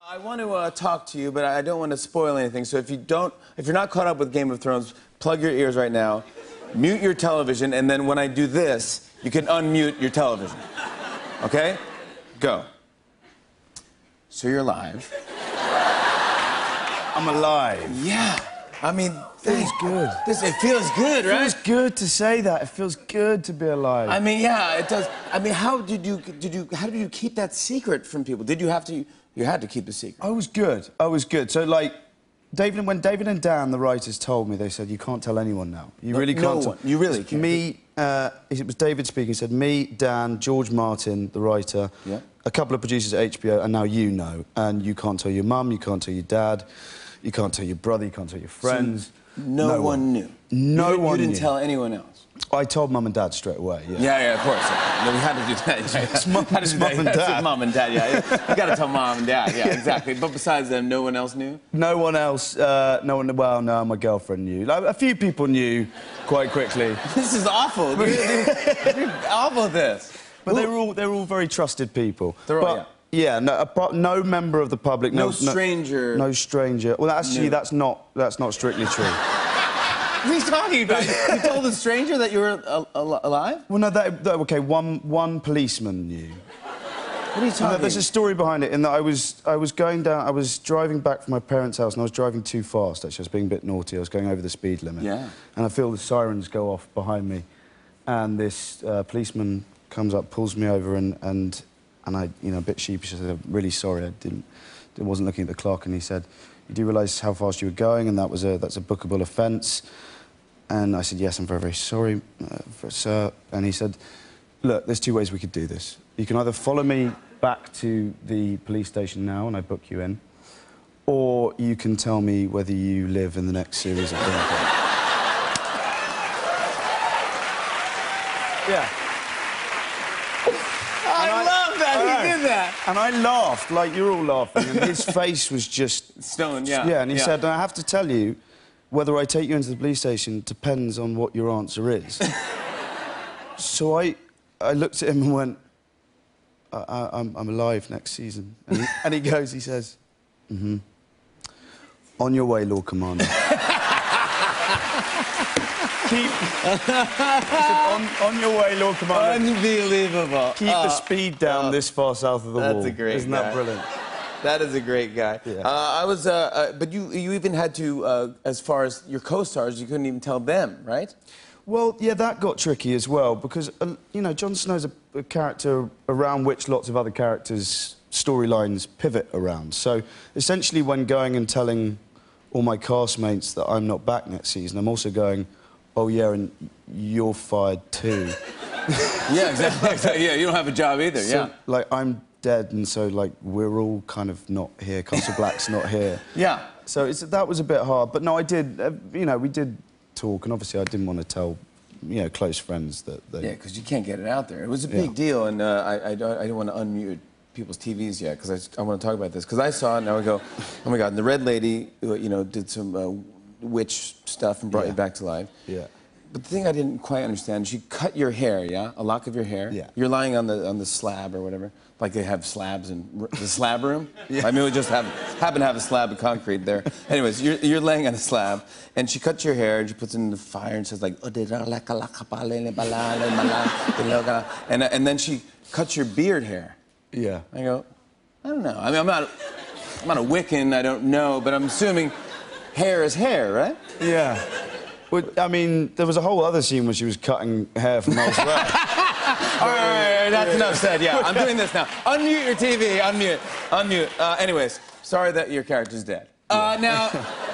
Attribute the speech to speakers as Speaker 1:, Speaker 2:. Speaker 1: I want to uh, talk to you, but I don't want to spoil anything. So if you don't, if you're not caught up with Game of Thrones, plug your ears right now, mute your television, and then when I do this, you can unmute your television. Okay? Go. So you're live.
Speaker 2: I'm alive.
Speaker 1: Yeah. I mean,
Speaker 2: Feels
Speaker 1: thank-
Speaker 2: good.
Speaker 1: This it feels good,
Speaker 2: It
Speaker 1: right?
Speaker 2: feels good to say that. It feels good to be alive.
Speaker 1: I mean, yeah, it does. I mean, how did you did you how did you keep that secret from people? Did you have to? You had to keep the secret.
Speaker 2: I was good. I was good. So like, David and when David and Dan, the writers, told me, they said you can't tell anyone now. You
Speaker 1: No-
Speaker 2: really
Speaker 1: no
Speaker 2: can't.
Speaker 1: one. You really
Speaker 2: It's
Speaker 1: can't.
Speaker 2: Me, uh, it was David speaking. He said me, Dan, George Martin, the writer,
Speaker 1: Yeah.
Speaker 2: a couple of producers at HBO, and now you know. And you can't tell your mum, you can't tell your dad, you can't tell your brother, you can't tell your friends.
Speaker 1: No, one, knew.
Speaker 2: No
Speaker 1: you, didn't-
Speaker 2: one
Speaker 1: You didn't
Speaker 2: knew.
Speaker 1: tell anyone else.
Speaker 2: I told mum and dad straight away. Yeah.
Speaker 1: Yeah, yeah, of course. Yeah. No, we had to do that. Yeah, yeah.
Speaker 2: It's mom-
Speaker 1: Had to
Speaker 2: it's
Speaker 1: do
Speaker 2: mom
Speaker 1: that.
Speaker 2: and
Speaker 1: It's
Speaker 2: dad.
Speaker 1: mom and dad. Yeah, yeah. you got to tell mom and dad. Yeah, exactly. But besides them, no one else knew.
Speaker 2: No one else, uh, no one, well, no, my girlfriend knew. Like, a few people knew quite quickly.
Speaker 1: This is awful. Dude. awful. This.
Speaker 2: But they were all, they were all very trusted people.
Speaker 1: They're all-
Speaker 2: but, yeah. no, apart, no member of the public,
Speaker 1: No stranger.
Speaker 2: no, stranger. Well, actually,
Speaker 1: knew.
Speaker 2: that's not that's not strictly true.
Speaker 1: What are you talking about? you told a stranger that you were al- al- alive?
Speaker 2: well, no, that, that okay. One one policeman knew.
Speaker 1: What are you
Speaker 2: No,
Speaker 1: talking?
Speaker 2: there's a story behind it in that I was I was going down. I was driving back from my parents' house and I was driving too fast. Actually, I was being a bit naughty. I was going over the speed limit.
Speaker 1: Yeah.
Speaker 2: And I feel the sirens go off behind me, and this uh, policeman comes up, pulls me over, and and and I, you know, a bit sheepish. I said, "I'm really sorry. I didn't, I wasn't looking at the clock." And he said, "You do realise how fast you were going, and that was a that's a bookable offence." And I said, Yes, I'm very, very sorry, uh, for- sir. And he said, Look, there's two ways we could do this. You can either follow me back to the police station now and I book you in, or you can tell me whether you live in the next series of Birmingham. yeah.
Speaker 1: I,
Speaker 2: And
Speaker 1: love that.
Speaker 2: I
Speaker 1: He
Speaker 2: know.
Speaker 1: did that.
Speaker 2: And I laughed, like you're all laughing. And his face was just
Speaker 1: Stone. Yeah.
Speaker 2: yeah, and he said, I have to tell you, whether I take you into the police station depends on what your answer is. so I, I looked at him and went, I, I, I'm, I'm alive next season. And he, and he goes, he says, mm-hmm. On your way, Lord Commander. Keep, he said, on, on your way, Lord Commander.
Speaker 1: Unbelievable.
Speaker 2: Keep
Speaker 1: Uh,
Speaker 2: the speed down
Speaker 1: uh,
Speaker 2: this far south of the
Speaker 1: that's
Speaker 2: wall.
Speaker 1: a great
Speaker 2: Isn't that
Speaker 1: guy.
Speaker 2: brilliant?
Speaker 1: That is a great guy.
Speaker 2: Yeah.
Speaker 1: Uh, I was, uh, uh, but you you even had to, uh, as far as your co-stars, you couldn't even tell them, right?
Speaker 2: Well, yeah, that got tricky as well because uh, you know Jon Snow's a, a character around which lots of other characters' storylines pivot around. So essentially, when going and telling all my castmates that I'm not back next season, I'm also going, "Oh yeah, and you're fired too."
Speaker 1: Yeah, exactly. exactly. Yeah, you don't have a job either.
Speaker 2: So, like I'm dead, and so like we're all kind of not here. Castle Black's not here.
Speaker 1: yeah.
Speaker 2: So it's, that was a bit hard, but no, I did. Uh, you know, we did talk, and obviously, I didn't want to tell, you know, close friends that they.
Speaker 1: Yeah, because you can't get it out there. It was a
Speaker 2: Yeah.
Speaker 1: big deal, and uh, I, I don't, I don't want to unmute people's TVs yet because I, s- I want to talk about this. Because I saw it and I would go, oh my God, and the Red Lady, uh, you know, did some uh, witch stuff and brought you
Speaker 2: Yeah.
Speaker 1: back to life.
Speaker 2: Yeah.
Speaker 1: But the thing I didn't quite understand, she cut your hair, yeah, a lock of your hair.
Speaker 2: Yeah.
Speaker 1: You're lying on the on the slab or whatever, like they have slabs in r- the slab room. I mean, we just have happen to have a slab of concrete there. Anyways, you're you're laying on a slab, and she cuts your hair and she puts it in the fire and says like, "Oh, de la la ka la ka ba le le ba la le ma la de la ga." and and then she cuts your beard hair.
Speaker 2: Yeah.
Speaker 1: I go, I don't know. I mean, I'm not I'm not a Wiccan. I don't know, but I'm assuming hair is hair, right?
Speaker 2: Yeah. Well, I mean, there was a whole other scene where she was cutting hair from elsewhere.
Speaker 1: All right, all right, all right, that's enough said. Yeah, I'm doing this now. Unmute your TV. Unmute. Unmute. Uh, anyways, sorry that your character's dead. Uh, now,